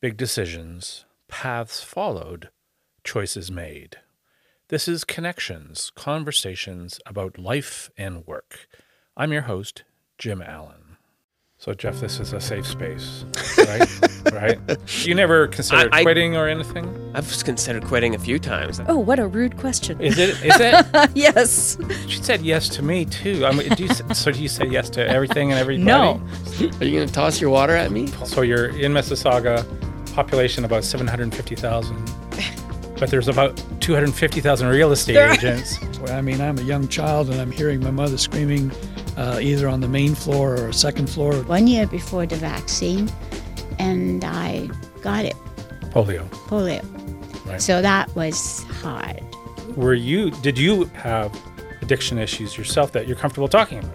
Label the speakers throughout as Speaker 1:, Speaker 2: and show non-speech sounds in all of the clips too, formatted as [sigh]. Speaker 1: Big decisions, paths followed, choices made. This is Connections, conversations about life and work. I'm your host, Jim Allen. So, Jeff, this is a safe space, [laughs] right? right? You never considered
Speaker 2: I- I-
Speaker 1: quitting or anything?
Speaker 2: I've considered quitting a few times.
Speaker 3: Oh, what a rude
Speaker 4: [laughs]
Speaker 3: question.
Speaker 1: Is it? Is it?
Speaker 2: [laughs]
Speaker 3: yes.
Speaker 1: she said yes to me too. I mean, do you, s- so do you say yes to everything and everybody?
Speaker 3: No.
Speaker 2: Are you going to toss your water at me?
Speaker 1: So you're in Mississauga, population about 750,000. But there's about 250,000 real estate agents.
Speaker 5: Well, I mean, I'm a young child and I'm hearing my mother screaming uh, either on the main floor or a second floor.
Speaker 6: one year before the vaccine, and I got it,
Speaker 1: Polio.
Speaker 6: polio.
Speaker 1: Right.
Speaker 6: So that was hard.
Speaker 1: Were you, did you have addiction issues yourself that you're comfortable talking about?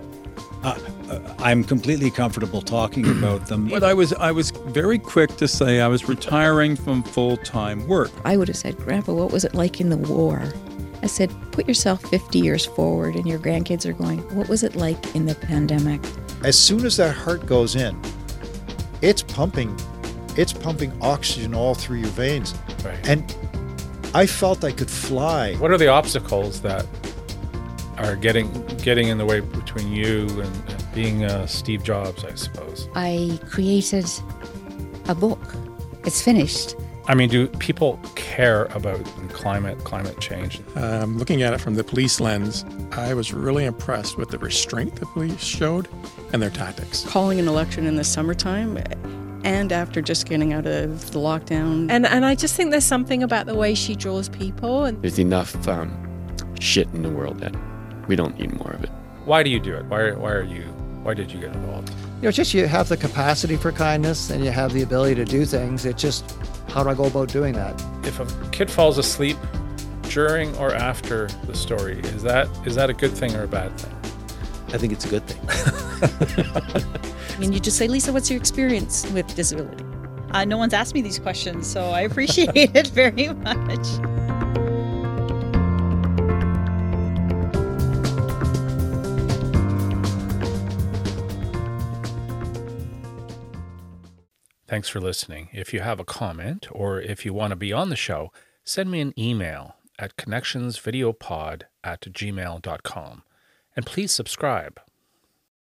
Speaker 7: I'm completely comfortable talking
Speaker 2: [clears throat]
Speaker 7: about them.
Speaker 8: But I was I was very quick to say I was retiring from full time work.
Speaker 9: I would have said, Grandpa, what was it like in the war? I said, put yourself 50 years forward, and your grandkids are going, what was it like in the pandemic?
Speaker 10: as soon as that heart goes in, it's pumping, it's pumping oxygen all through your veins.
Speaker 1: Right.
Speaker 10: And I felt I could fly.
Speaker 1: What are the obstacles that are getting getting in the way between you and, and being uh, Steve Jobs, I suppose?
Speaker 4: I created a book. It's finished.
Speaker 1: I mean, do people care about climate climate change?
Speaker 11: um, looking at it from the police lens, I was really impressed with the restraint the police showed and their tactics.
Speaker 12: calling an election in the summertime and after just getting out of the lockdown.
Speaker 3: And and I just think there's something about the way she draws people and
Speaker 2: There's enough um, shit in the world that we don't need more of it.
Speaker 1: Why do you do it? Why why are you why did you get involved?
Speaker 13: You know, it's just you have the capacity for kindness and you have the ability to do things. It's just how do I go about doing that?
Speaker 1: if a kid falls asleep during or after the story is that is that a good thing or a bad thing
Speaker 2: I think it's a good thing.
Speaker 9: I mean, you just say, Lisa, what's your experience with disability?
Speaker 4: Uh, no one's asked me these questions, so I appreciate it very much.
Speaker 1: thanks for listening if you have a comment or if you want to be on the show send me an email at connectionsvideopod at gmail.com and please subscribe